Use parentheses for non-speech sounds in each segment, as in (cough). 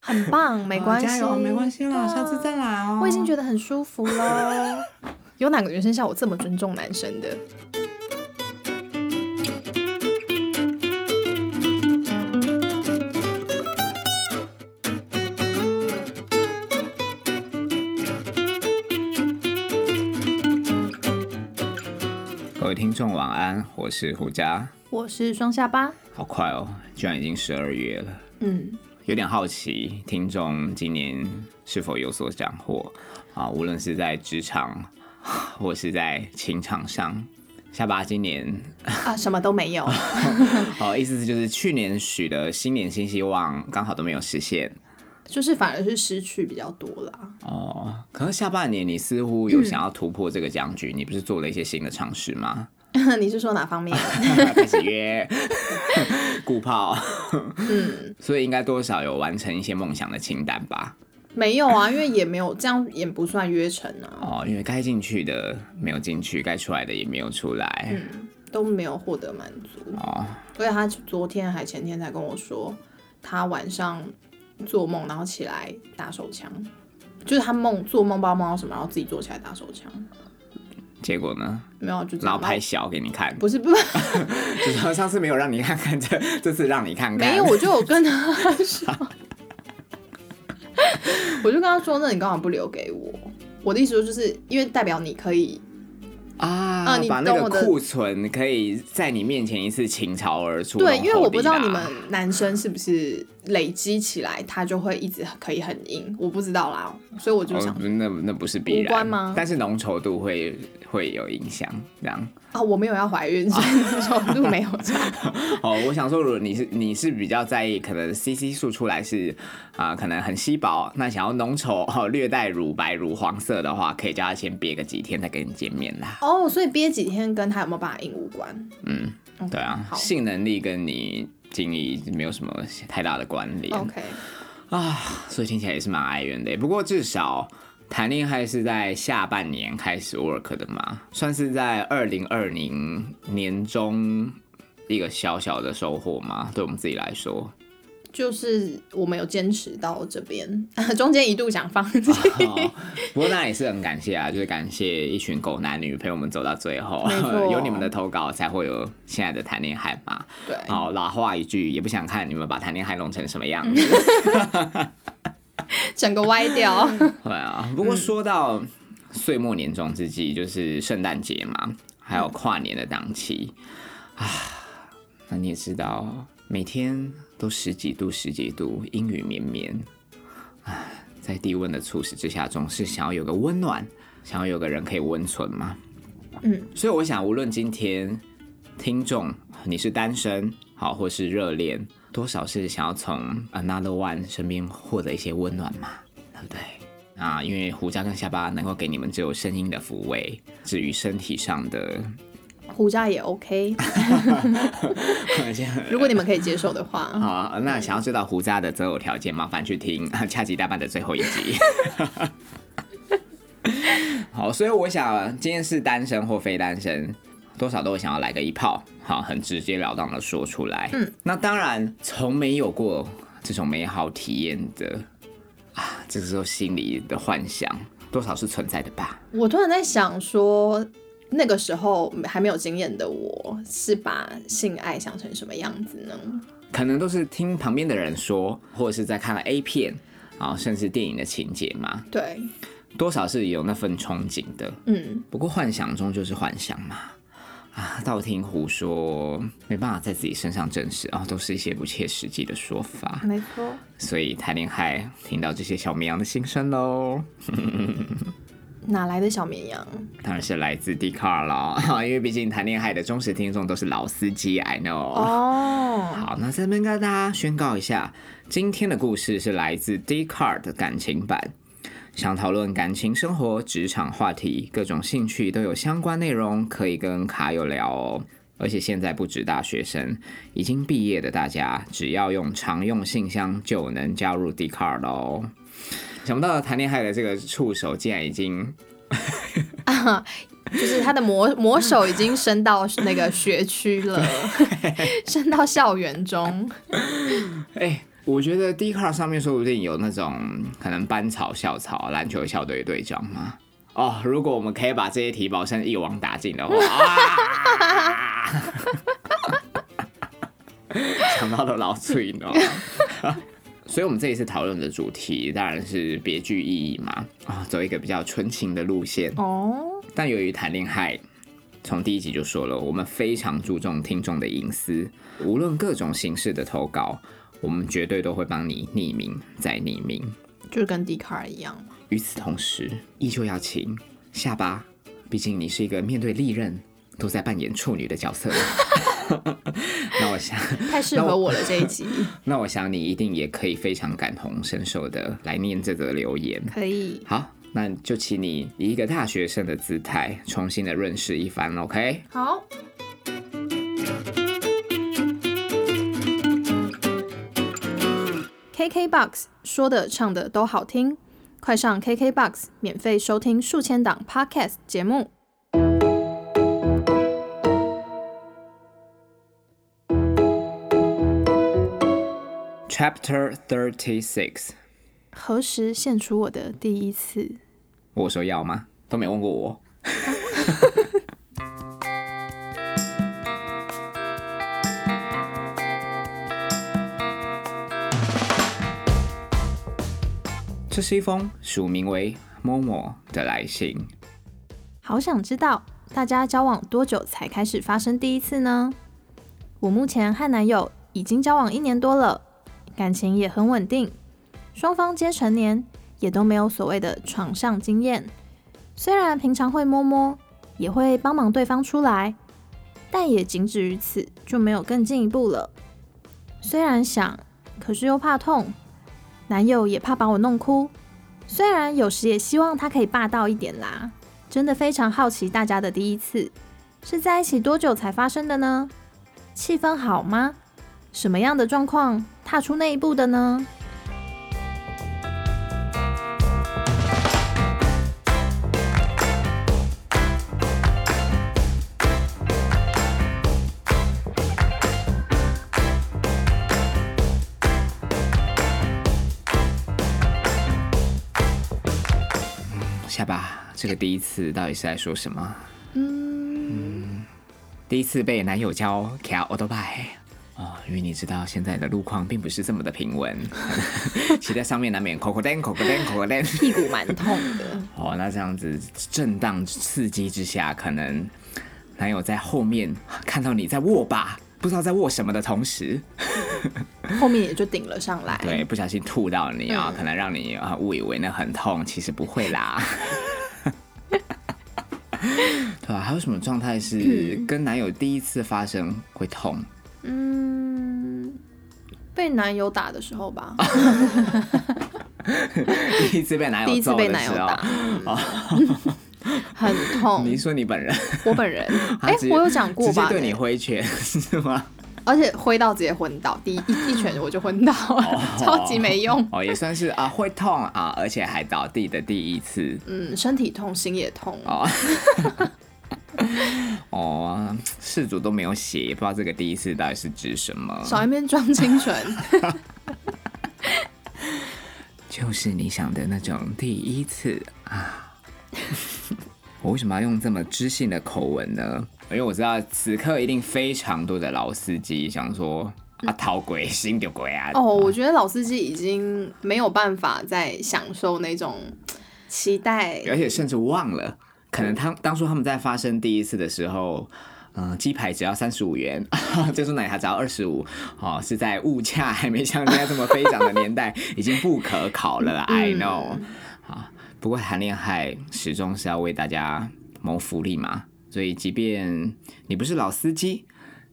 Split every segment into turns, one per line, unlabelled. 很棒， (laughs) 没关系，
哦
加油，没关系啦，
对啊
下次再来哦。
我已经觉得很舒服喽。 (laughs) 有哪个女生像我这么尊重男生的？
各位听众晚安，我是胡佳。
我是双下巴，
好快哦，居然已经十二月了，
嗯，
有点好奇听众今年是否有所斩获啊？无论是在职场 (laughs) 或是在情场上，下巴今年
(laughs) 啊，什么都没 (laughs) 有。
哦，意思就是去年许的新年新希望刚好都没有实现
就是反而是失去比较多啦。 (laughs)
哦。可是下半年你似乎有想要突破这个僵局，你不是做了一些新的尝试吗？
你是说哪方面？ (laughs)
开始约顾炮，嗯，所以应该多少有完成一些梦想的清单吧？
没有啊，因为也没有这样，也不算约成啊，
哦，因为该进去的没有进去，该出来的也没有出来。
嗯都没有获得满足。
哦，
而且他昨天还前天才跟我说，他晚上做梦，然后起来打手枪，就是他梦做梦不知道梦到什么，然后自己坐起来打手枪，
结果呢？
没有就这样
然后拍小给你看，
不是不 (laughs) 是
就说上次没有让你看看，这这次让你看看。
没有，我就有跟他 (laughs) 说，我就跟他说，那你干嘛不留给我？我的意思说，就是因为代表你可以
啊，
啊你
把那
懂
个
我的
库存可以在你面前一次倾巢而出。
对，
弄
因为
厚
我不
底
知道
啦
你们男生是不是累积起来，他就会一直可以很硬，我不知道啦，所以我就
哦
想、
不那那不是必
无
然
关吗
但是浓稠度会会有影响，这样。
啊，我没有要怀孕，所以手度没有差。
(laughs) 哦，我想说，如果你是你是比较在意，可能 CC 数出来是啊、可能很稀薄，那想要浓稠哦，略带乳白、乳黄色的话，可以叫他先憋个几天再跟你见面啦。
哦，所以憋几天跟他有没有办法硬无关。
嗯，
嗯
对啊，
好
性能力跟你精力没有什么太大的关联。
，OK，
啊，所以听起来也是蛮哀怨的耶。不过至少谈恋爱是在下半年开始 work 的嘛，算是在二零二零年中一个小小的收获嘛，对我们自己来说。
就是我们有坚持到这边，中间一度想放弃，
哦 (laughs) 不过那也是很感谢啊，就是感谢一群狗男女陪我们走到最后
没，错
有你们的投稿才会有现在的谈恋爱嘛。
对，
好，老话一句，也不想看你们把谈恋爱弄成什么样子。
整个歪掉。
对啊，不过说到岁末年终之际，就是圣诞节嘛，还有跨年的档期啊，那你也知道，每天都十几度、十几度，阴雨绵绵。唉在低温的促使之下，总是想要有个温暖，想要有个人可以温存嘛。
嗯，
所以我想，无论今天听众你是单身好，或是热恋，多少是想要从 Another One 身边获得一些温暖嘛，对不对？啊，因为胡渣跟下巴能够给你们只有声音的抚慰，至于身体上的，
(laughs)
(laughs)
胡渣也 OK，如果你们可以接受的话，
好，啊那想要知道胡渣的择偶条件，麻烦去听 (laughs) 恰吉大半的最后一集。 (laughs) 好，所以我想，今天是单身或非单身，多少都会想要来个一炮，好，很直截了当的说出来。嗯，那当然，从没有过这种美好体验的啊，这个时候心里的幻想多少是存在的吧？
我突然在想说，那个时候还没有经验的我，是把性爱想成什么样子呢？
可能都是听旁边的人说，或者是在看了 A 片啊，甚至电影的情节嘛，
对，
多少是有那份憧憬的。
嗯，
不过幻想终究是幻想嘛。啊，道听胡说，没办法在自己身上证实啊、哦，都是一些不切实际的说法。
没错。
所以谈恋爱，听到这些小绵羊的心声喽，
哪来的小绵羊？
当然是来自 d 卡尔了，啊因为毕竟谈恋爱的忠实听众都是老司机，I know。
哦，
好，那这边跟大家宣告一下，今天的故事是来自 d c a r 的感情版。想讨论感情生活、职场话题，各种兴趣都有相关内容可以跟卡友聊哦。而且现在不止大学生，已经毕业的大家，只要用常用信箱就能加入 d c a r 喽。想不到谈恋爱的这个触手竟然已经
(laughs) 就是他的魔魔手已经伸到那 (laughs) 个学区了，伸到校园中。
(laughs) 哎、我觉得 d c a r 上面说不定有那种可能班草、校草、篮球校队队长嘛。哦，如果我们可以把这些体保生一网打尽的话，啊 (laughs) 想到都老脆，你知道吗？ (laughs) 所以，我们这一次讨论的主题当然是别具意义嘛，啊、走一个比较纯情的路线。
哦，
但由于谈恋爱，从第一集就说了，我们非常注重听众的隐私，无论各种形式的投稿，我们绝对都会帮你匿名再匿名。
就是跟 d 卡尔一样嘛。
与此同时，依旧要请下巴，毕竟你是一个面对利刃都在扮演处女的角色。那我想，
太适合我了这一集， (laughs)
那我想你一定也可以非常感同身受的来念这则留言。
可以。
好，那就请你以一个大学生的姿态重新的认识一番，OK？
好，KKBOX 说的唱的都好听，快上 KKBOX 免费收听数千档 Podcast 节目。
Chapter Thirty Six，
何时献出我的第一次？
我说要吗？都没问过我。 (laughs) 这是一封署名为 “Momo” 的来信。
好想知道大家交往多久才开始发生第一次呢？我目前和男友已经交往一年多了，感情也很稳定，双方皆成年，也都没有所谓的床上经验。虽然平常会摸摸，也会帮忙对方出来，但也仅止于此，就没有更进一步了。虽然想，可是又怕痛，男友也怕把我弄哭。虽然有时也希望他可以霸道一点啦，真的非常好奇大家的第一次是在一起多久才发生的呢？气氛好吗？什么样的状况踏出那一步的呢？
下巴，这个第一次到底是在说什么？嗯第一次被男友教 “kia o d o b y 哦，因为你知道现在的路况并不是这么的平稳，骑在上面难免 “coco den coco den coco den”。
屁股蛮痛
(laughs)
的，
哦，那这样子震荡刺激之下，可能男友在后面看到你在握把，不知道在握什么的同时，
后面也就顶了上来。
对，不小心吐到你啊、
嗯
可能让你啊误以为那很痛，其实不会啦。 (laughs) 对啊，还有什么状态是跟男友第一次发生会痛？
嗯，被男友打的时候吧，
啊第一次被男
(laughs) 第
友
一次
揍
被
的
男友
时候
打，，嗯很痛
你。说你本人，
我本人，
(laughs) 他
哎、
直接
我有讲过
直接
吧？欸
对你挥拳是吗？
而且挥到直接昏倒，第一一一拳我就昏倒了， (laughs) 超级没用。
哦，也算是啊，会痛啊，而且还倒地的第一次
嗯，身体痛，心也痛。
哦。哦，事主都没有写，也不知道这个第一次到底是指什么。
少一面装清纯，
就是你想的那种第一次啊。 (laughs) 我为什么要用这么知性的口吻呢？因为我知道此刻一定非常多的老司机想说啊，讨鬼心丢鬼啊。
哦，我觉得老司机已经没有办法再享受那种期待，
而且甚至忘了，可能他当初他们在发生第一次的时候。嗯，鸡排只要三十五元， (laughs) 珍珠奶茶只要二十五，哦，是在物价还没像现在这么飞涨的年代，已经不可考了啦。I know，啊，不过谈恋爱始终是要为大家谋福利嘛，所以即便你不是老司机，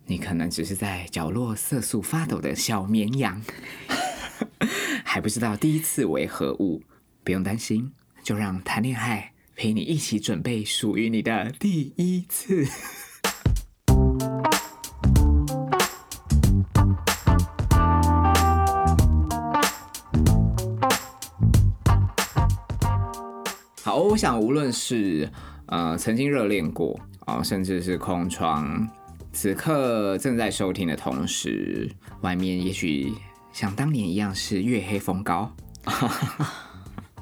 你可能只是在角落瑟瑟发抖的小绵羊，还不知道第一次为何物，不用担心，就让谈恋爱陪你一起准备属于你的第一次。好，我想无论是呃曾经热恋过啊、甚至是空窗，此刻正在收听的同时，外面也许想当年一样是月黑风高。 (laughs)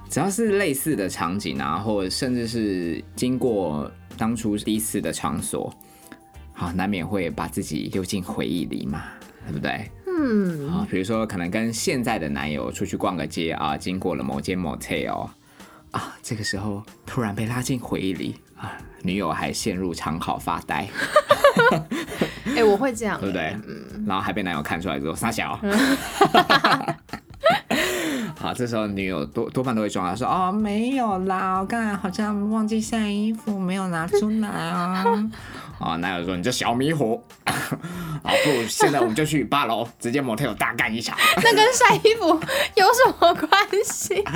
只要是类似的场景啊，或者甚至是经过当初第一次的场所，好，难免会把自己丢进回忆里嘛，对不对？
嗯，
啊，比如说可能跟现在的男友出去逛个街啊，经过了某间 motel 啊，这个时候突然被拉进回忆里啊，女友还陷入长考发呆，
哎、我会这样、
对不对？然后还被男友看出来之后撒小。 (laughs) 好，这时候女友多多半都会装啊，说哦没有啦，我刚才好像忘记晒衣服，没有拿出来啊。哦，男友说你这小迷糊， (laughs) 好，不如现在我们就去八楼，直接 motel 大干一场。
那跟晒衣服有什么关
(laughs)
系？
啊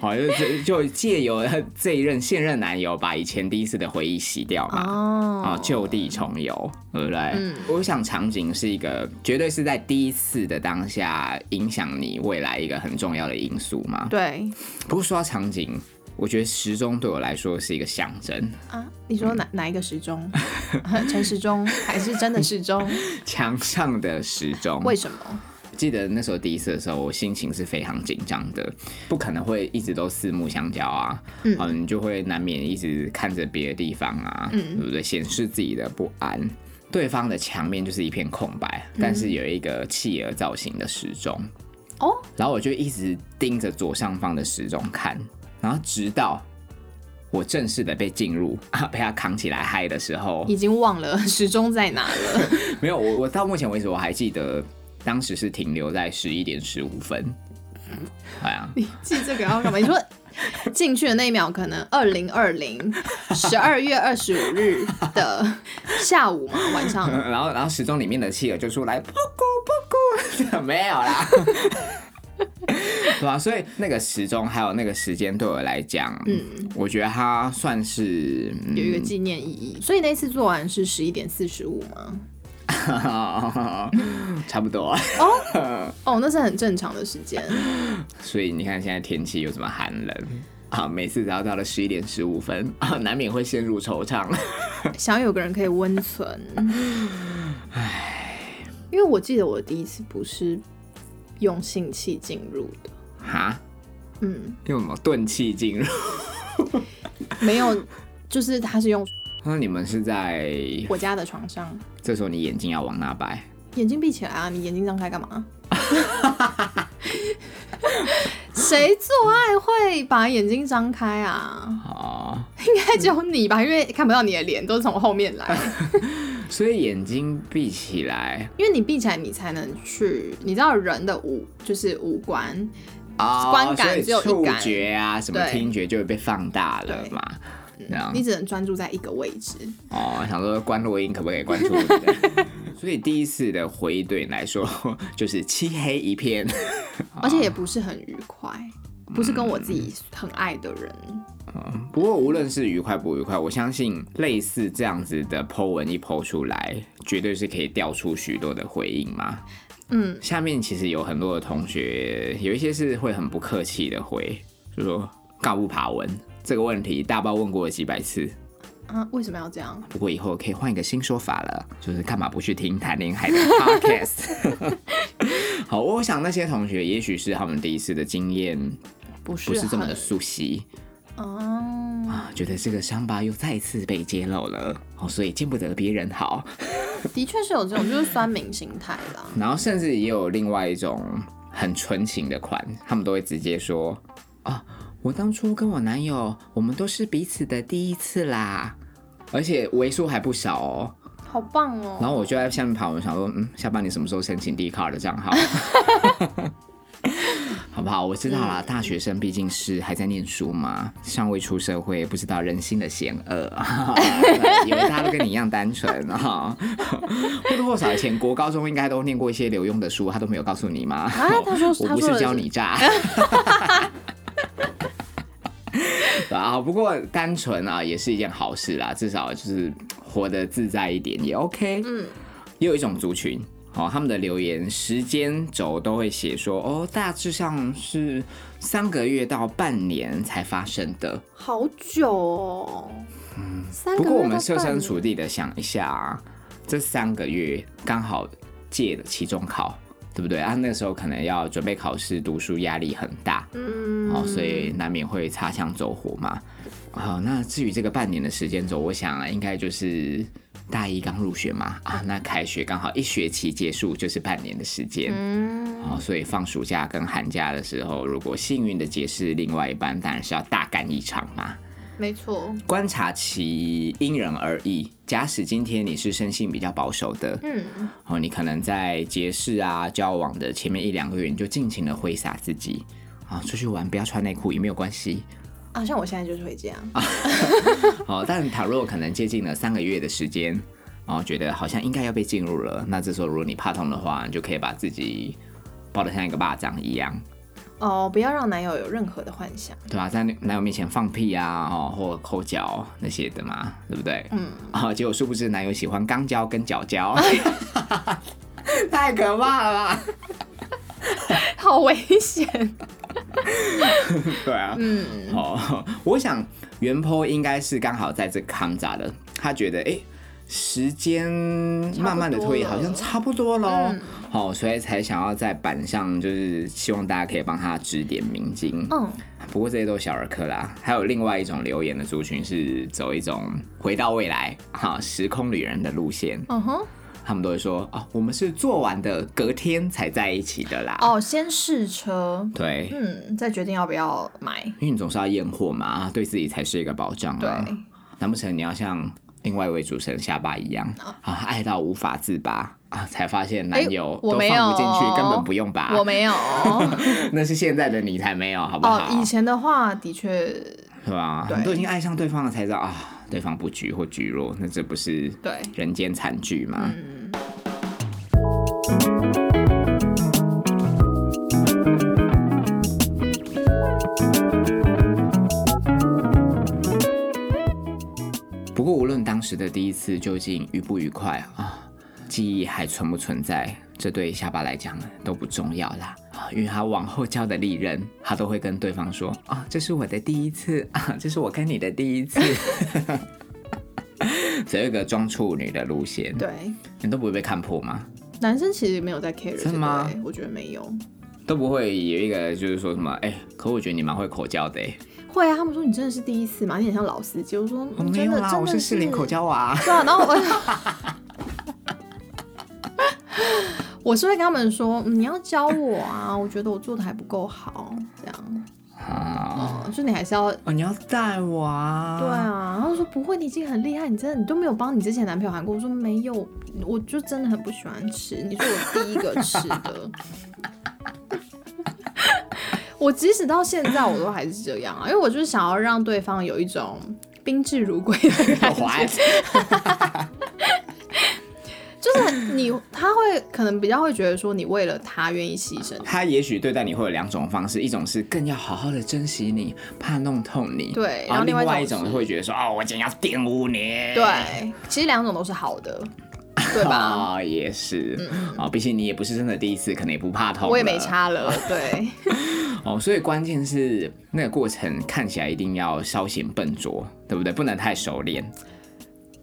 好，就就就借由 (laughs) 这一任现任男友把以前第一次的回忆洗掉嘛，啊、
哦，
就地重游，对不对？
嗯
我想场景是一个，绝对是在第一次的当下影响你未来一个很重要的因素嘛。
对
不过说到场景，我觉得时钟对我来说是一个象征， (laughs)
啊，你说哪、哪一个时钟？ (laughs) 陈时钟还是真的时
(laughs)
钟？
墙上的时钟。
为什么？
记得那时候第一次的时候，我心情是非常紧张的，不可能会一直都四目相交啊，
嗯
嗯，你就会难免一直看着别的地方啊，
嗯
对不对？显示自己的不安。对方的墙面就是一片空白，
嗯
但是有一个企鹅造型的时钟，
哦，
然后我就一直盯着左上方的时钟看，然后直到我正式的被进入啊，被他扛起来嗨的时候，
已经忘了时钟在哪了。
没有，我我到目前为止我还记得，当时是停留在十一点十五分。哎呀，
你记这个要干嘛？你
(laughs)
说进去的那一秒，可能二零二零十二月二十五日的下午嘛，晚上
嗯然后然后时钟里面的企鹅就出来，噗咕噗咕， (laughs) 没有啦。对啊，所以那个时钟还有那个时间对我来讲，嗯，我觉得它算是嗯
有一个纪念意义。所以那次做完是十一点四十五吗？
(laughs) 差不多。
哦，那是很正常的时间。
所以你看现在天气又这么寒冷啊，每次只要到了十一点十五分啊，难免会陷入惆怅。 (laughs)
想有个人可以温存。因为我记得我第一次不是用性器进入的，
哈，
嗯，
用什么钝器进入？
没有，就是他是用
那你们是在
我家的床上，
这时候你眼睛要往哪摆？
眼睛闭起来啊，你眼睛张开干嘛？ (laughs) 谁做爱会把眼睛张开啊？
哦，
应该只有你吧，因为看不到你的脸，都是从后面来。
所以眼睛闭起来
因为你闭起来，你才能去，你知道人的五就是五官，
啊，
观感
所以
只有一
触
感
觉啊，什么
对
听觉就会被放大了嘛。这样
你只能专注在一个位置。
哦，想说关录音可不可以关注我的？ (laughs) 所以第一次的回忆对你来说 (laughs) 就是漆黑一片，啊
而且也不是很愉快，不是跟我自己很爱的人。
嗯不过无论是愉快不愉快，我相信类似这样子的 Po 文一 Po 出来，绝对是可以调出许多的回应嘛。
嗯，
下面其实有很多的同学，有一些是会很不客气的回，就说“尬不爬文”这个问题，大包问过了几百次。
啊，为什么要这样？
不过以后可以换一个新说法了，就是干嘛不去听谈恋
(laughs)
爱的 podcast？好，我想那些同学也许是他们第一次的经验
不是
不是这么的
很
熟悉，
哦，
啊，觉得这个伤疤又再次被揭露了，哦，所以见不得别人好。
的确是有这种，就是酸民心态啦。
然后甚至也有另外一种很纯情的款，他们都会直接说啊，我当初跟我男友，我们都是彼此的第一次啦，而且为数还不少哦。
好棒
然
哦！
后我就在下面跑，我想说，嗯，下班你什么时候申请 D 卡的账号？好不好？我知道啦，大学生毕竟是还在念书嘛，尚未出社会，不知道人心的险恶， (laughs) 以为大家都跟你一样单纯哈。或多或少以前国高中应该都念过一些留用的书，他都没有告诉你吗？
啊他说
(laughs) 我
他
不
说
是
的
教
是
你诈。 (laughs) 啊，不过单纯啊也是一件好事啦，至少就是活得自在一点也 OK。
嗯，
也有一种族群哦，他们的留言时间轴都会写说哦，大致上是三个月到半年才发生的。
好久哦，三
不
个月
过我们
到
设
半
身
年
处地的想一下、啊，这三个月刚好借了期中考，对不对？啊，那时候可能要准备考试，读书压力很大，
嗯，
哦，所以难免会擦枪走火嘛。好、那至于这个半年的时间轴，我想啊应该就是大一刚入学嘛，啊，那开学刚好一学期结束就是半年的时间。
嗯，
哦，所以放暑假跟寒假的时候，如果幸运的结识另外一半，当然是要大干一场嘛。
没错，
观察期因人而异。假使今天你是生性比较保守的，
嗯，
哦，你可能在结识啊、交往的前面一两个月，你就尽情的挥洒自己啊、出去玩不要穿内裤也没有关系。
啊，像我现在就是会这样，
啊哦，但倘若可能接近了三个月的时间，哦，觉得好像应该要被进入了，那这时候如果你怕痛的话，你就可以把自己抱得像一个巴掌一样，
哦，不要让男友有任何的幻想，
对吧、在男友面前放屁啊，哦，或抠脚那些的嘛，对不对？
嗯，
啊、结果殊不知男友喜欢肛交跟脚
(laughs)
交，太可怕了吧？
好危险，
(laughs) 对啊，
嗯，
哦，我想袁坡应该是刚好在这康扎的，他觉得哎、诶时间慢慢的推移，
差不多了
好像差不多喽
嗯，
好、所以才想要在板上，就是希望大家可以帮他指点迷津。
嗯，
不过这些都是小儿科啦，还有另外一种留言的族群是走一种回到未来哈、时空旅人的路线，
嗯哼，
他们都会说啊、我们是做完的隔天才在一起的啦。
哦，先试车，
对，
嗯，再决定要不要买，
因为你总是要验货嘛，啊对自己才是一个保障
对，
啊。难不成你要像另外一位主持人下巴一样
哦
啊，爱到无法自拔啊，才发现男友
哎
都
我没
放不进去，
有
根本不用拔
我。没
(laughs)
有，哦
那是现在的你才没有，好不好？
哦，以前的话的确，
是吧？
对
你都已经爱上对方了，才知道啊，对方不举或举弱，那这不是
对
人间惨剧吗？
嗯，
不过无论当时的第一次究竟愉不愉快啊，记忆还存不存在，这对下巴来讲都不重要啦。啊，因为他往后交的历任，他都会跟对方说啊，这是我的第一次啊，这是我跟你的第一次。 (laughs) 只有一个装处女的路线，
对，
你都不会被看破吗？
男生其实没有在 care 这
真的
个
吗
欸，我觉得没有，
都不会有一个就是说什么，哎、可我觉得你蛮会口交的、哎
会啊，他们说你真的是第一次嘛，你很像老司机，我说
我
嗯
哦没
真
有
的
啦，
真
我
的
是士林口交娃。
对啊，然后
(laughs)
我我是会跟他们说，嗯你要教我啊，我觉得我做的还不够好，这样，
啊，
嗯，就你还是要。
哦，你要带我啊？ (laughs)
对啊，然后说不会，你已经很厉害，你真的你都没有帮你之前男朋友喊过。我说没有，我就真的很不喜欢吃，你是我第一个吃的。 (laughs) 我即使到现在，我都还是这样啊，因为我就是想要让对方有一种宾至如归的感觉。
滑
就是你，他会可能比较会觉得说，你为了他愿意牺牲。
他也许对待你会有两种方式，一种是更要好好的珍惜你，怕弄痛你。
对然
然后
后
另
另外一
外一
种
种
是
会觉得说，哦，我今天要玷污你。
对，其实两种都是好的，对
(laughs)
吧？嗯
啊、也是啊、毕竟你也不是真的第一次，可能也不怕痛。
我也没。差了，对，
哦，所以关键是那个过程看起来一定要稍显笨拙，对不对？不能太熟练。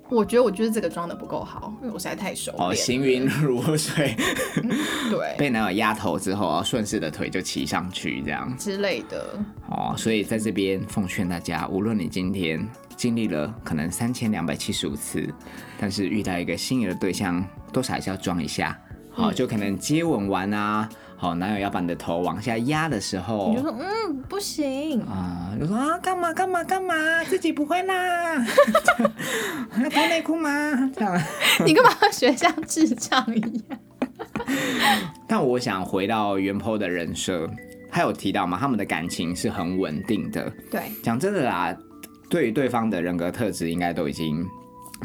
我觉得我就是这个装的不够好，因为我实在太熟
哦，
练
行云 (laughs) 流水，
了，对
被男友压头之后，哦顺势的腿就骑上去这样。
之类的，
哦，所以在这边奉劝大家，无论你今天经历了可能三千两百七十五次，但是遇到一个心仪的对象，多少还是要装一下。
嗯
好、就可能接吻完啊，好、男友要把你的头往下压的时候
你就，说嗯不行， (laughs)
啊、就说啊干嘛干嘛干嘛，自己不会啦，
(laughs)
(laughs) 要脱内裤吗？这样。
你干嘛学像智障一样？
但我想回到原 po 的人设，他有提到嘛，他们的感情是很稳定的，
对，
讲真的啦，对于对方的人格特质，应该都已经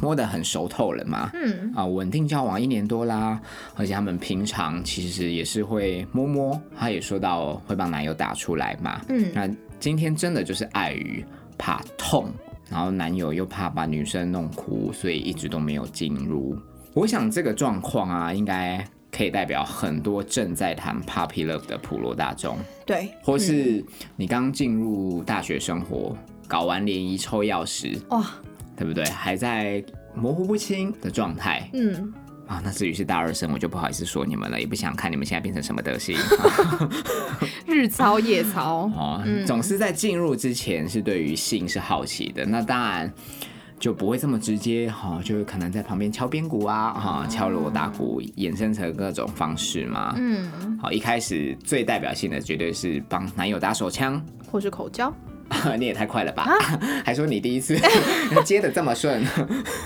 摸得很熟透了嘛。
嗯，
啊，稳定交往一年多啦，而且他们平常其实也是会摸摸，他也说到会帮男友打出来嘛。
嗯
那今天真的就是碍于怕痛，然后男友又怕把女生弄哭，所以一直都没有进入。我想这个状况啊，应该可以代表很多正在谈 puppy love 的普罗大众。
对，
或是你刚进入大学生活，搞完联谊抽钥匙，
哇，
对不对？还在模糊不清的状态，
嗯，
啊，那至于是大二生，我就不好意思说你们了，也不想看你们现在变成什么德行。
日操夜操，
哦，总是在进入之前是对于性是好奇的，那当然就不会这么直接哈、哦，就可能在旁边敲边鼓啊，哈、敲锣打鼓，衍生成各种方式嘛。
嗯，
好，一开始最代表性的绝对是帮男友打手枪，
(laughs) 或是口交，
(laughs) 你也太快了吧？
啊
还说你
(laughs)
第一次接的这么顺，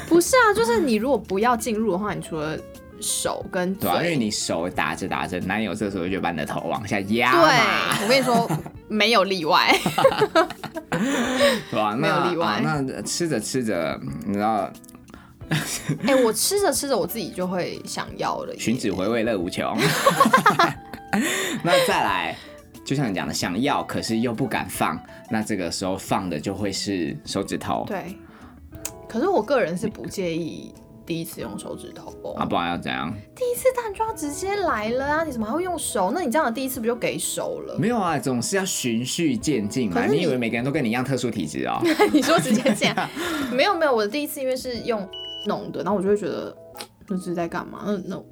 不是啊，就是你如果不要进入的话，你除了手跟
对啊，因为
嘴，
你手打着打着，男友这时候就把你的头往下压
对
嘛，
我 (laughs) 跟你说没有例外，
对吧、那
没有例外
啊那吃着吃着，你知道
(laughs) 哎、我吃着吃着我自己就会想要了耶，
寻子回味乐
(laughs)
无穷。 (laughs) 那再来，就像你讲的，想要可是又不敢放，那这个时候放的就会是手指头。
对，可是我个人是不介意第一次用手指头哦。
啊，不然要怎样？
第一次当然就要直接来了啊！你怎么还会用手？那你这样的第一次不就给手了？
没有啊，总是要循序渐进嘛。
可是
你
你
以为每个人都跟你一样特殊体质
(laughs)
哦？
你说直接这
(laughs)
样？没有没有，我的第一次因为是用弄的，然后我就会觉得嗯那是在干嘛？那那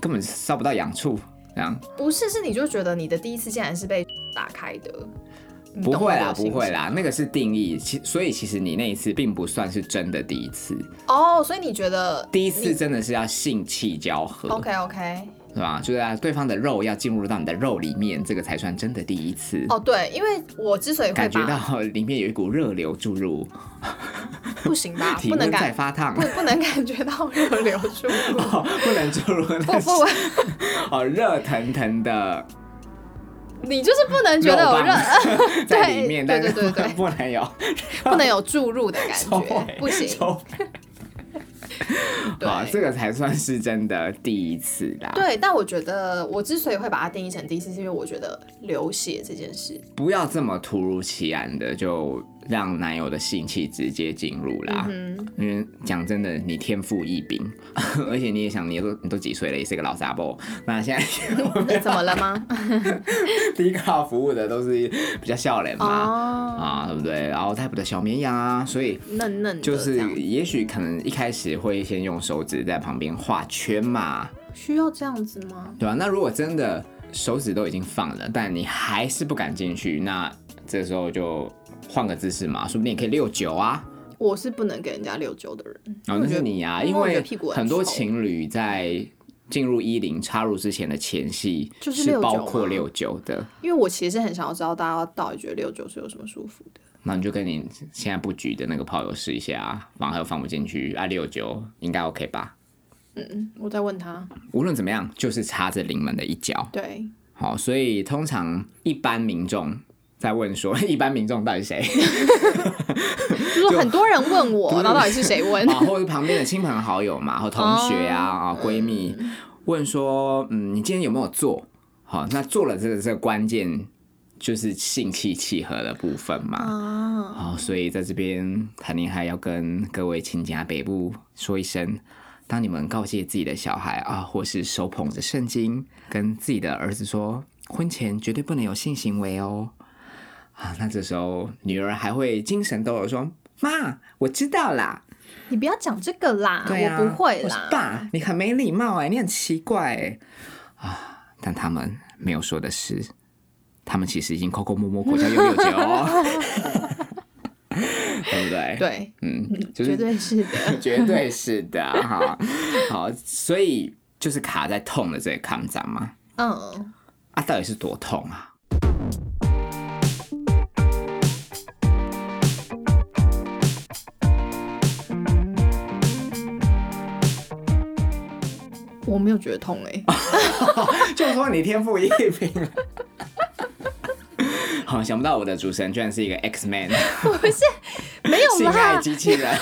根本烧不到痒处，这样
不是是你就觉得你的第一次竟然是被打开的，你
不
懂
会
我
啦，
的
不
心
会
情
啦，那个是定义。其所以其实你那一次并不算是真的第一次，
哦所以你觉得
第一次真的是要性气交合，
OK OK
是吧？就是啊，对方的肉要进入到你的肉里面，这个才算真的第一次。
哦对，因为我之所以会
感觉
把
到里面有一股热流注入，
不行吧，
(laughs) 体
啊不能
温在
感
发烫
不，不能感觉到热流出，
(laughs) 哦 (laughs) 不能注入
不
那
不不
些 (laughs) 哦热腾腾的
你就是不能觉
肉
得有
棒
热，
在
对
里面，
对
但是
对对对
(laughs) 不能有
不能有注入的
(laughs)
感
收尾
觉，不
(laughs)
行。
收尾
对
好这个才算是真的第一次啦。
对，但我觉得我之所以会把它定义成第一次，是因为我觉得流血这件
(laughs)
事，
不要这么突如其然的就让男友的性器直接进入啦。
嗯哼，
因为讲真的，你天赋异禀， (laughs) 而且你也想，你都你都几岁了，也是个老杂包。那现在
那怎么了
(laughs)
吗？
第一个要服务的都是比较笑脸嘛，
哦，
啊，对不对？然后 type 的小绵羊啊，所以
(laughs) 嫩嫩的，
就是也许可能一开始会先用手指在旁边画圈嘛，
需要这样子吗？
对吧、那如果真的手指都已经放了，但你还是不敢进去，那这时候就换个姿势嘛，说不定也可以六九啊。
我是不能给人家六九的人，
然后那是你啊，
因为
因
我觉
为
得屁股很
很多
臭
情侣在进入一零插入之前的前戏
就是
是
69
包括
嘛
六九的，
因为我其实很想要知道大家到底觉得六九是有什么舒服的。
那你就跟你现在布局的那个炮友试一下啊，反而放不进去啊，六九应该 OK 吧？
嗯，我在问他，
无论怎么样，就是插着临门的一脚。
对，
好，所以通常一般民众在问说， (laughs) 一般民众到底谁
就是很多人问我，然后到底是谁
(laughs)
(laughs) 问？
啊，或者是旁边的亲朋好友嘛，或同学啊啊闺蜜问说，嗯，你今天有没有做？好，那做了这个这个关键就是性气契合的部分嘛。
啊，
好，所以在这边谈恋爱要跟各位亲家北部说一声。当你们告诫自己的小孩啊，或是手捧着圣经跟自己的儿子说，婚前绝对不能有性行为哦，啊，那这时候女儿还会精神抖擞说：“妈，我知道啦。”
你不要讲这个啦，
对啊，
我不会
我是
啦。
爸，你很没礼貌哎、你很奇怪哎、啊！但他们没有说的是，他们其实
(laughs)
已经抠抠摸摸国家六六九，哦对不对？，
对，
嗯，就
绝
是
对是的。
(laughs) 绝对是的哈。好，所以就是卡在痛的这个抗战嘛，
嗯。
啊，到底是多痛啊？ (laughs)
我没有觉得痛哎、
(laughs) 就说你天赋异禀。 (laughs) 好，想不到我的主持人居然是一个 X Man
不是，没有
性爱
啦，
机器人。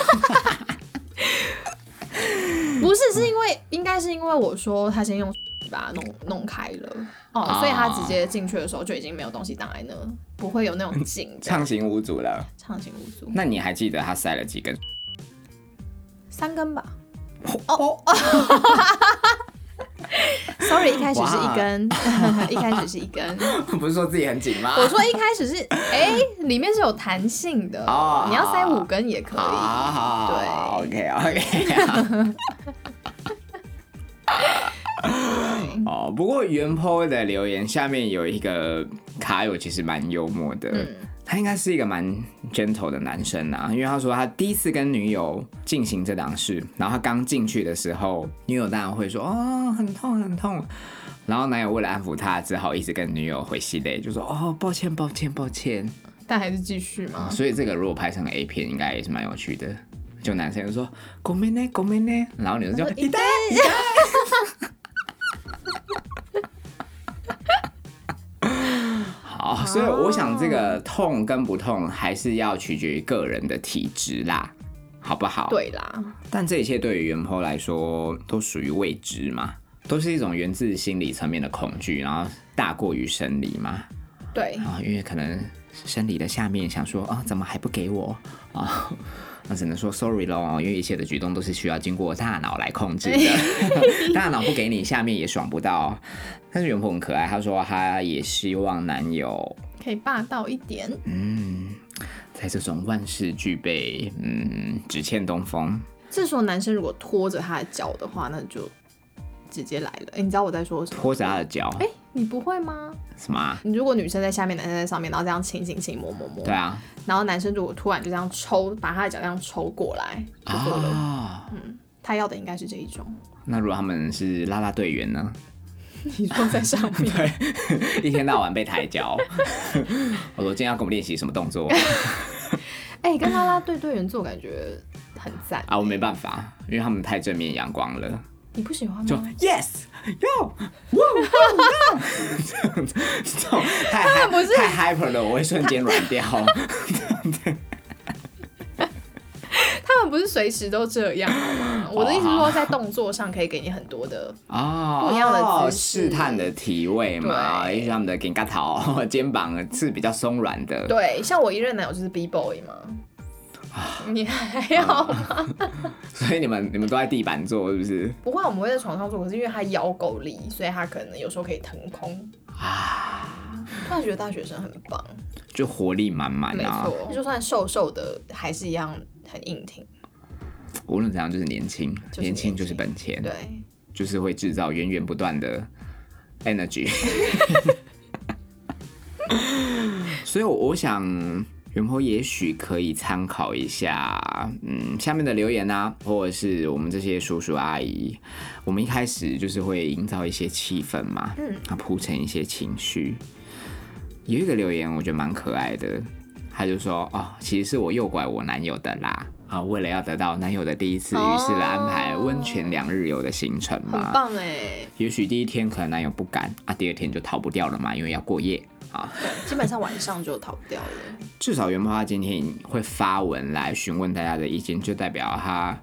不是，是因为应该是因为我说他先用把它弄弄开了哦，
啊嗯
所以他直接进去的时候就已经没有东西挡在那，不会有那种劲的，
畅行无阻了。
畅行无阻，
那你还记得他塞了几根？
三根吧。
哦，
Sorry，一开始是
哇
一根， (laughs) 一开始是一
(laughs)
根。
(laughs) 不是说自己很紧吗？
我说一开始是，哎、里面是有弹性的
哦，
你要塞五根也可以。
啊，
对
，OK OK。哦，不过原 po 的留言下面有一个卡友，其实蛮幽默的。
嗯
他应该是一个蛮 gentle 的男生啊，因为他说他第一次跟女友进行这档事，然后他刚进去的时候，女友当然会说哦很痛很痛，然后男友为了安抚他，只好一直跟女友回系列，就说哦抱歉抱歉抱歉。
但还是继续嘛。
啊所以这个如果拍成 A 片，应该也是蛮有趣的。就男生就说“ごめんねごめんね”，然后女生就
一
一
旦
旦 (laughs) 好，所以我想这个痛跟不痛还是要取决于个人的体质啦，好不好？。
对啦，
但这一切对于原 po 来说都属于未知嘛，都是一种源自心理层面的恐惧，然后大过于生理嘛。
对，
啊，因为可能生理的下面想说啊，怎么还不给我啊？ (laughs) 那只能说 sorry 咯，因为一切的举动都是需要经过大脑来控制的，大脑不给你，下面也爽不到。但是袁鹏很可爱，他说他也希望男友，
可以霸道一点。
嗯，在这种万事俱备，嗯，只欠东风。
这时候男生如果拖着他的脚的话，那就直接来了。哎、你知道我在说什么？
拖着他的脚，
哎、你不会吗？
什么、啊？
你如果女生在下面，男生在上面，然后这样亲亲亲摸摸摸，
对啊，
然后男生如果突然就这样抽，把他的脚这样抽过来，就够了。
啊、
他要的应该是这一
(laughs)
种。
那如果他们是啦啦队员呢？
你说在上
(laughs)
面，
一天到晚被抬脚， (laughs) 我说今天要跟我们练习什么动作？
哎、跟啦啦队队员做感觉很赞
啊，我没办法，因为他们太正面阳光了，
你不喜欢
就
吗？
yes yo wow wow wow，这种太
他啊们不是
太 hyper 了，我会瞬间软
(laughs)
掉。
他们不是随时都这样好吗？我的意思是说，在动作上可以给你很多的，
哦，
不一样的姿势
哦试探的体位嘛，
对
也许他们的肩胛头、 (laughs) 肩膀是比较松软的。
对，像我一任男友就是 B boy 嘛。
啊
你还要吗？
所以你们你们都在地板坐是不是？
不会，我们会在床上做，可是因为他腰够力，所以他可能有时候可以腾空。
啊
突然觉得大学生很棒，
就活力满满
没
啊！
错，就算瘦瘦的，还是一样很硬挺。
无论怎样，就是年轻，
就是
年轻
年
就是
轻
本钱。
对，
就是会制造源源不断的 energy。所以我，我想袁坡也许可以参考一下，嗯，下面的留言啊，或者是我们这些叔叔阿姨，我们一开始就是会营造一些气氛嘛，嗯，啊，铺成一些情绪。有一个留言我觉得蛮可爱的，他就说：“哦，其实是我诱拐我男友的啦，啊，为了要得到男友的第一次，于是安排温泉两日游的行程
很
嘛。
棒哎，
也许第一天可能男友不敢啊，第二天就逃不掉了嘛，因为要过夜啊。
基本上晚上就逃不掉了。
至少袁妈他今天会发文来询问大家的意见，就代表他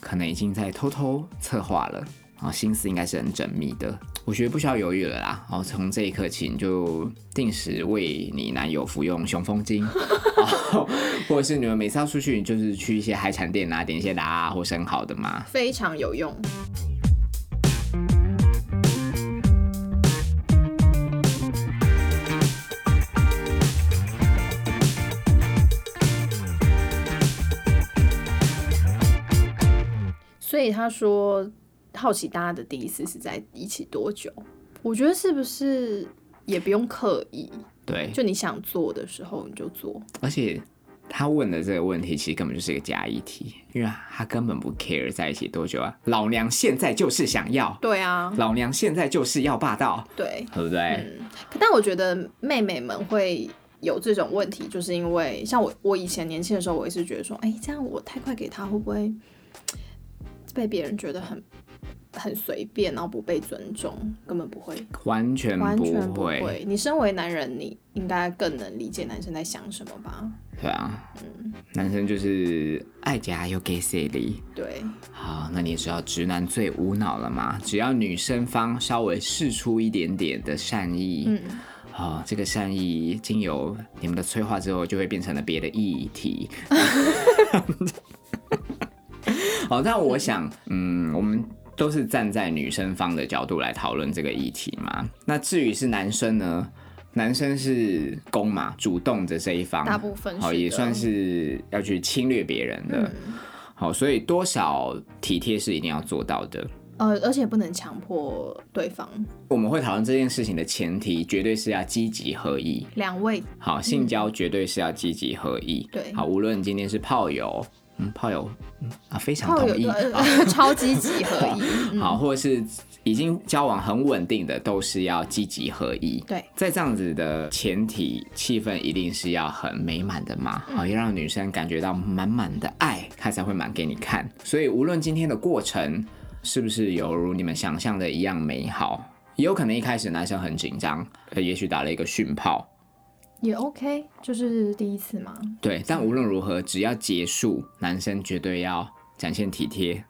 可能已经在偷偷策划了啊，心思应该是很缜密的。我觉得不需要犹豫了啦，哦，从这一刻起你就定时为你男友服用雄风精， (laughs) 哦或者是你们每次要出去，你就是去一些海产店啊，点一些达啊或生蚝的嘛，
非常有用。所以他说，好奇大家的第一次是在一起多久？我觉得是不是也不用刻意，
对，
就你想做的时候你就做。
而且他问的这个问题，其实根本就是一个假议题，因为他根本不 care 在一起多久啊。老娘现在就是想要，
对啊，
老娘现在就是要霸道，
对，
对不对？
可但我觉得妹妹们会有这种问题，就是因为像我，我以前年轻的时候，我也是觉得说，哎、这样我太快给他，会不会被别人觉得很很随便，然后不被尊重？根本不会，
完全
完
不
全不
会，
会。你身为男人，你应该更能理解男生在想什么吧？
对啊。男生就是爱家又给谁力。
对，
好，那你也知道直男最无脑了嘛？只要女生方稍微试出一点点的善意，
嗯，
哦，这个善意经由你们的催化之后，就会变成了别的议题。 (laughs) 哦，但我想，嗯，我们都是站在女生方的角度来讨论这个议题嘛。那至于是男生呢？男生是攻嘛，主动的这一方，
大部分是
好、也
的
算是要去侵略别人的。
嗯
好，所以多少体贴是一定要做到的。
呃，而且不能强迫对方。
我们会讨论这件事情的前提，绝对是要积极合意。
两位
好，性交绝对是要积极合意。
嗯对
好，无论今天是炮友，嗯，炮友，嗯啊，非常
炮友
同意。
呃 (laughs)
啊
超积极合一， (laughs) 嗯
好，或者是已经交往很稳定的，都是要积极合意。
对，
在这样子的前提，气氛一定是要很美满的嘛，
嗯
好、要让女生感觉到满满的爱，她才会满给你看。所以，无论今天的过程是不是有如你们想象的一样美好，也有可能一开始男生很紧张，呃，也许打了一个讯炮，
也 OK，就是第一次嘛。
对。但无论如何，只要结束，男生绝对要展现体贴，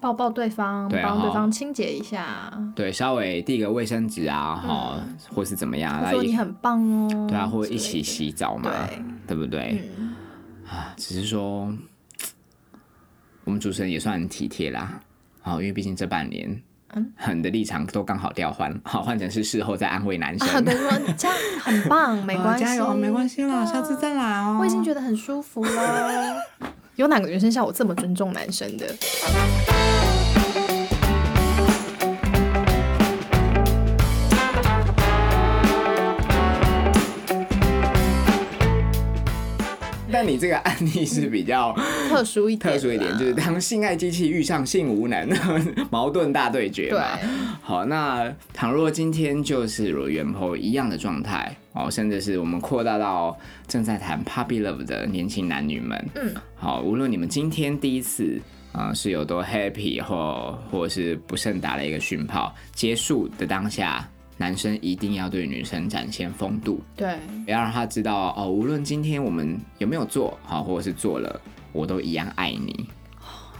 抱抱对方，
对啊
帮对
哈
方清洁一下，
对，稍微递个卫生纸啊，哈、或是怎么样，
就
来
嗯说你很棒哦。
对啊，或
之
者一起
类的。
洗澡嘛，
对
对不对？
嗯，
啊，只是说，我们主持人也算很体贴啦，好、因为毕竟这半年，
嗯，
很的立场都刚好调换，好换成是事后再安慰男生，
啊，对，说这样很
(laughs)
棒，没
呃
关系，
加油，没关系啦，
对啊
下次再来哦。
我已经觉得很舒服了。有哪个女生像我这么尊重男生的？
(laughs) 但你这个案例是比较
特殊一点，
特殊一点，就是当性爱机器遇上性无能， (laughs) 矛盾大对决
对
嘛。好，那倘若今天就是如原 po 一样的状态哦，甚至是我们扩大到正在谈 puppy love 的年轻男女们，
嗯，
好，无论你们今天第一次啊、呃是有多 happy 或或是不慎打了一个讯炮，结束的当下，男生一定要对女生展现风度，
对，
不要让她知道哦，无论今天我们有没有做好，或者是做了，我都一样爱你，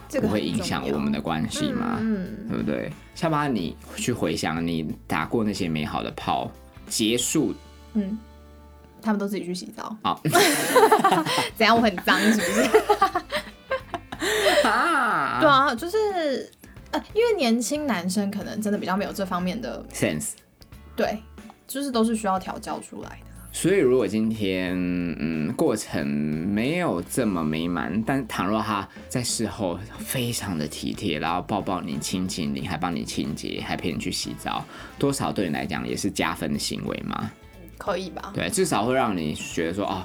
这个
不会
很
影
重
响
要
我们的关系嘛。
嗯，
对不对？下巴，你去回想你打过那些美好的炮，结束
嗯嗯，他们都自己去洗澡，
好
(laughs) 怎样？我很脏是不是？
啊
对啊，就是呃，因为年轻男生可能真的比较没有这方面的，
，sense。
对，就是都是需要调教出来的。
所以，如果今天嗯过程没有这么美满，但倘若他在事后非常的体贴，然后抱抱你、亲亲你，还帮你清洁，还陪你去洗澡，多少对你来讲也是加分的行为嘛？
可以吧？
对，至少会让你觉得说哦，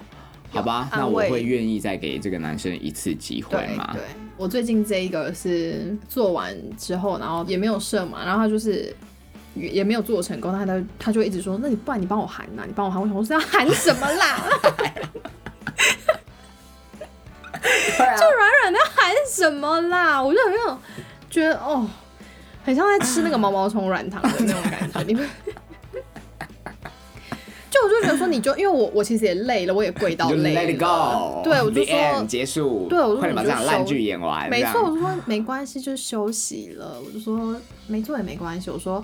好吧，
有安
那我
慰
会愿意再给这个男生一次机会
对
嘛？
对，我最近这一个是做完之后，然后也没有射嘛，然后他就是。也也没有做成功，他他他就一直说，那你不然你帮我喊呐、你帮我喊，我想我是要喊什么啦？
对啊
就软软的喊什么啦？我就很有觉得哦，很像在吃那个毛毛虫软糖的那种感觉。你
(laughs)
们，就我就觉得说，你就因为我我其实也累了，我也
(laughs)
跪到
你就
累
Let it
了
go，
对，我就
The end，
说。
结束，
对我就说
快点把
你
这
就
场烂
收
剧演完，
没
这样
错，我就说没关系，就是休息了。我就说没做也没关系，我说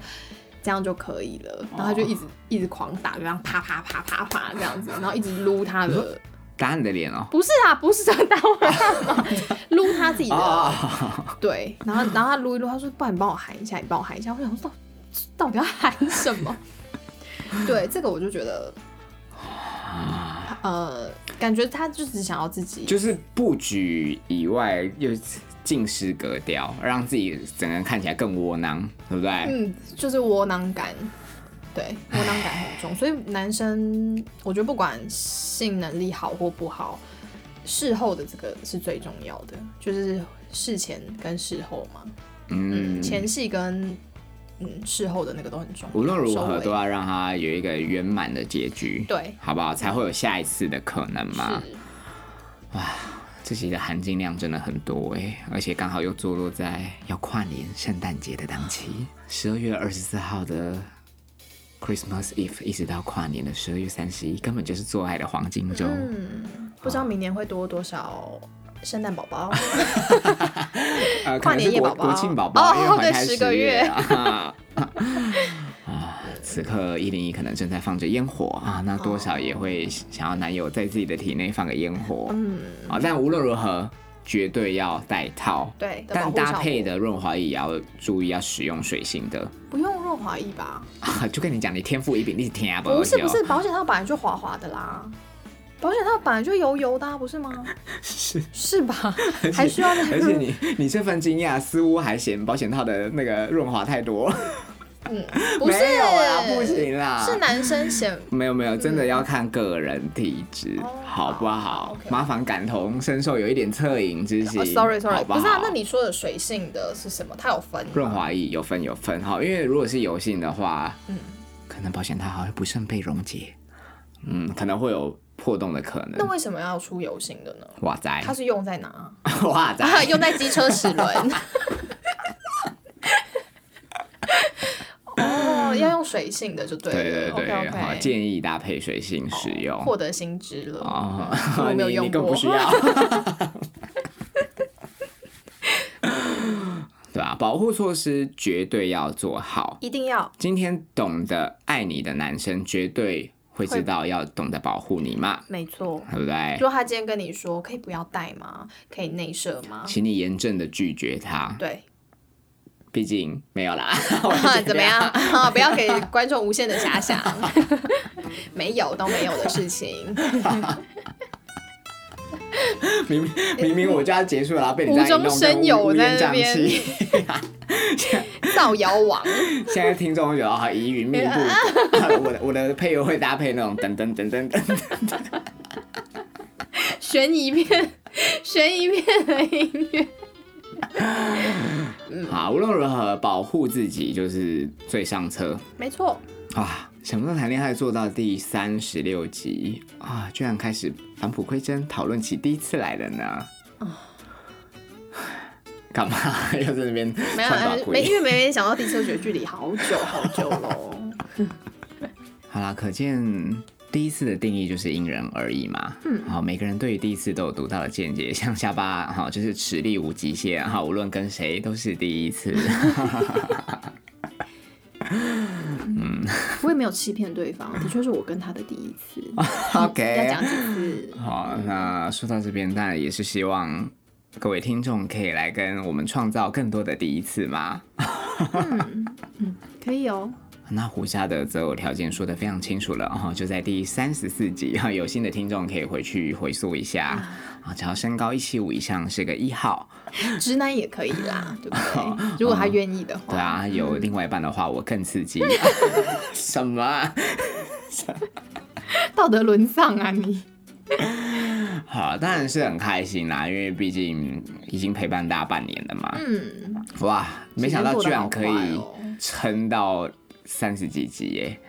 这样就可以了。然后他就一直、
哦
一直狂打，就这样啪啪啪啪啪这样子，然后一直撸他的，
打你的脸哦。
不是啊，不是啊，打我干嘛？
(laughs)
撸他自己的
哦，
(laughs) 对，然后然后他撸一撸，他说：“不然你帮我喊一下，你帮我喊一下。”我想说，到到底要喊什么？ (laughs) 对，这个我就觉
(sighs)
得，呃，感觉他就只想要自己，
就是布局以外又尽失格调，让自己整个人看起来更窝囊，对不对？
嗯，就是窝囊感，对，窝囊感很重。所以男生，我觉得不管性能力好或不好，事后的这个是最重要的，就是事前跟事后嘛，嗯，
嗯，
前戏跟嗯事后的那个都很重要，
无论如
收
何
尾
都要让他有一个圆满的结局，
对，
好不好？才会有下一次的可能嘛。
是。
这集的含金量真的很多哎、而且刚好又坐落在要跨年圣诞节的档期，十二月二十四号的 Christmas Eve 一直到跨年的十二月三十一，根本就是做爱的黄金周。
嗯，不知道明年会多多少圣诞宝宝。
啊呃，
跨
可能是
年夜
国
宝宝
国庆宝宝，
哦
因为怀胎
对
十
10个月
啊。 (laughs) 啊，此刻一零一可能正在放着烟火啊，那多
哦
少也会想要男友在自己的体内放个烟火
嗯，
啊，但无论如何，绝对要戴套。
对，的保
但
护
搭
效
配
果
的润滑液也要注意，要使用水性的。 (laughs)
不用润滑液吧？
啊、就跟你讲，你天赋异禀，你是听不？
不是不是，，保险套本来就滑滑的啦。保险套本来就油油的、啊，不是吗？
是，
是吧？还需要那
(laughs) 而且
个？
你你这份惊讶似乎还嫌保险套的那个润滑太多，
不是
没有啦，不行啊啦，
是男生显
没有没有，真的要看个人体质，
哦
好不
好
好？
，OK
麻烦感同身受，有一点恻隐之心。
哦，sorry sorry，
好不
不
好
是啊，那你说的水性的是什么？它有分吗
润滑液有分有分哈，因为如果是油性的话，
嗯
可能保险套好像不慎被溶解，嗯，可能会有破洞的可
那
能。
为什么要出油性的呢？
哇塞，
它是用在哪？
(laughs) 哇塞，
啊， (laughs) 用在机车齿
(laughs)
轮。哦，要用水性的就对了。
对对对，
OK
好，
OK，
建议搭配水性使用。
获得新知了。
哦
我，没有
你
用
你更
过
不
(laughs)
需要。 (laughs) 对吧、保护措施绝对要做好。
一定要
今天懂得爱你的男生，绝对会知道要懂得保护你嘛，
没错。
对不对
如？果他今天跟你说可以不要戴吗？可以内射吗？
请你严正的拒绝他，
对，
毕竟没
(laughs)
有啦。 (laughs)
怎么样？哦不要给观众无限的遐想， (laughs) 没有都没有的事情，
明明明明我就要结束了，然后被你
无
这样一
中
弄
生
就
有
乌
在
烟
那
瘴
边
气。
造谣王。
现在听众会觉得好疑云密布，
(laughs)
我的我的配乐会搭配那种噔噔噔噔噔。
悬疑片，悬疑片的音乐。嗯
好，无论如何保护自己就是最上策
没错，
啊！想不到谈恋爱做到第三十六集啊，居然开始返璞归真，讨论起第一次来的呢。
哦
干嘛 (laughs) 又在那边
没有，
穿法
呃没，因
规？
为没没想到第车觉得距离好久好久喽。
好啦，可见。第一次的定义就是因人而异嘛，嗯，好，每个人对于第一次都有独到的见解，像下巴哈，就是齿力无极限哈，无论跟谁都是第一次，
我也没有欺骗对方，的确是我跟他的第一次。
(laughs) OK
要讲几次？
好，那说到这边，当然也是希望各位听众可以来跟我们创造更多的第一次嘛。
可以哦。
那胡莎的择偶条件说的非常清楚了哦，就在第三十四集，哈有心的听众可以回去回溯一下啊，只要身高一七五以上是个一号，
直男也可以啦，对不
(laughs)
对？如果他愿意的话。
嗯对啊，有
嗯
另外一半的话我更
(laughs)
刺激，什么啊？
道德沦丧啊你！
好，当然是很开心啦，因为毕竟已经陪伴大家半年了嘛，
嗯，
哇，没想到居然可
时间
以
过得好快哦
撑到三十几集耶、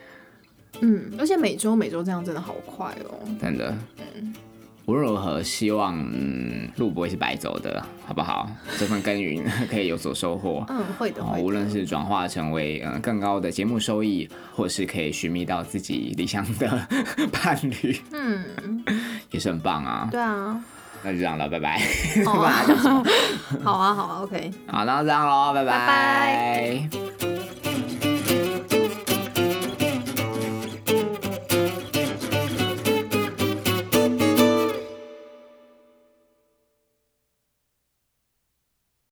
嗯，而且每周每周这样真的好快哦。
真的。无论如何，希望嗯路不会是白走的，好不好？这份耕耘 (laughs) 可以有所收获。
嗯，会的，
哦
会的。
无论是转化成为嗯、呃更高的节目收益，或是可以寻觅到自己理想的 (laughs) 伴侣，
嗯，
(laughs) 也是很棒啊。
对
(laughs)
哦啊，
那就这样了，拜拜。 (laughs)
(laughs) 好啊，好啊，好啊，OK。
好，那就这样喽，拜
拜
拜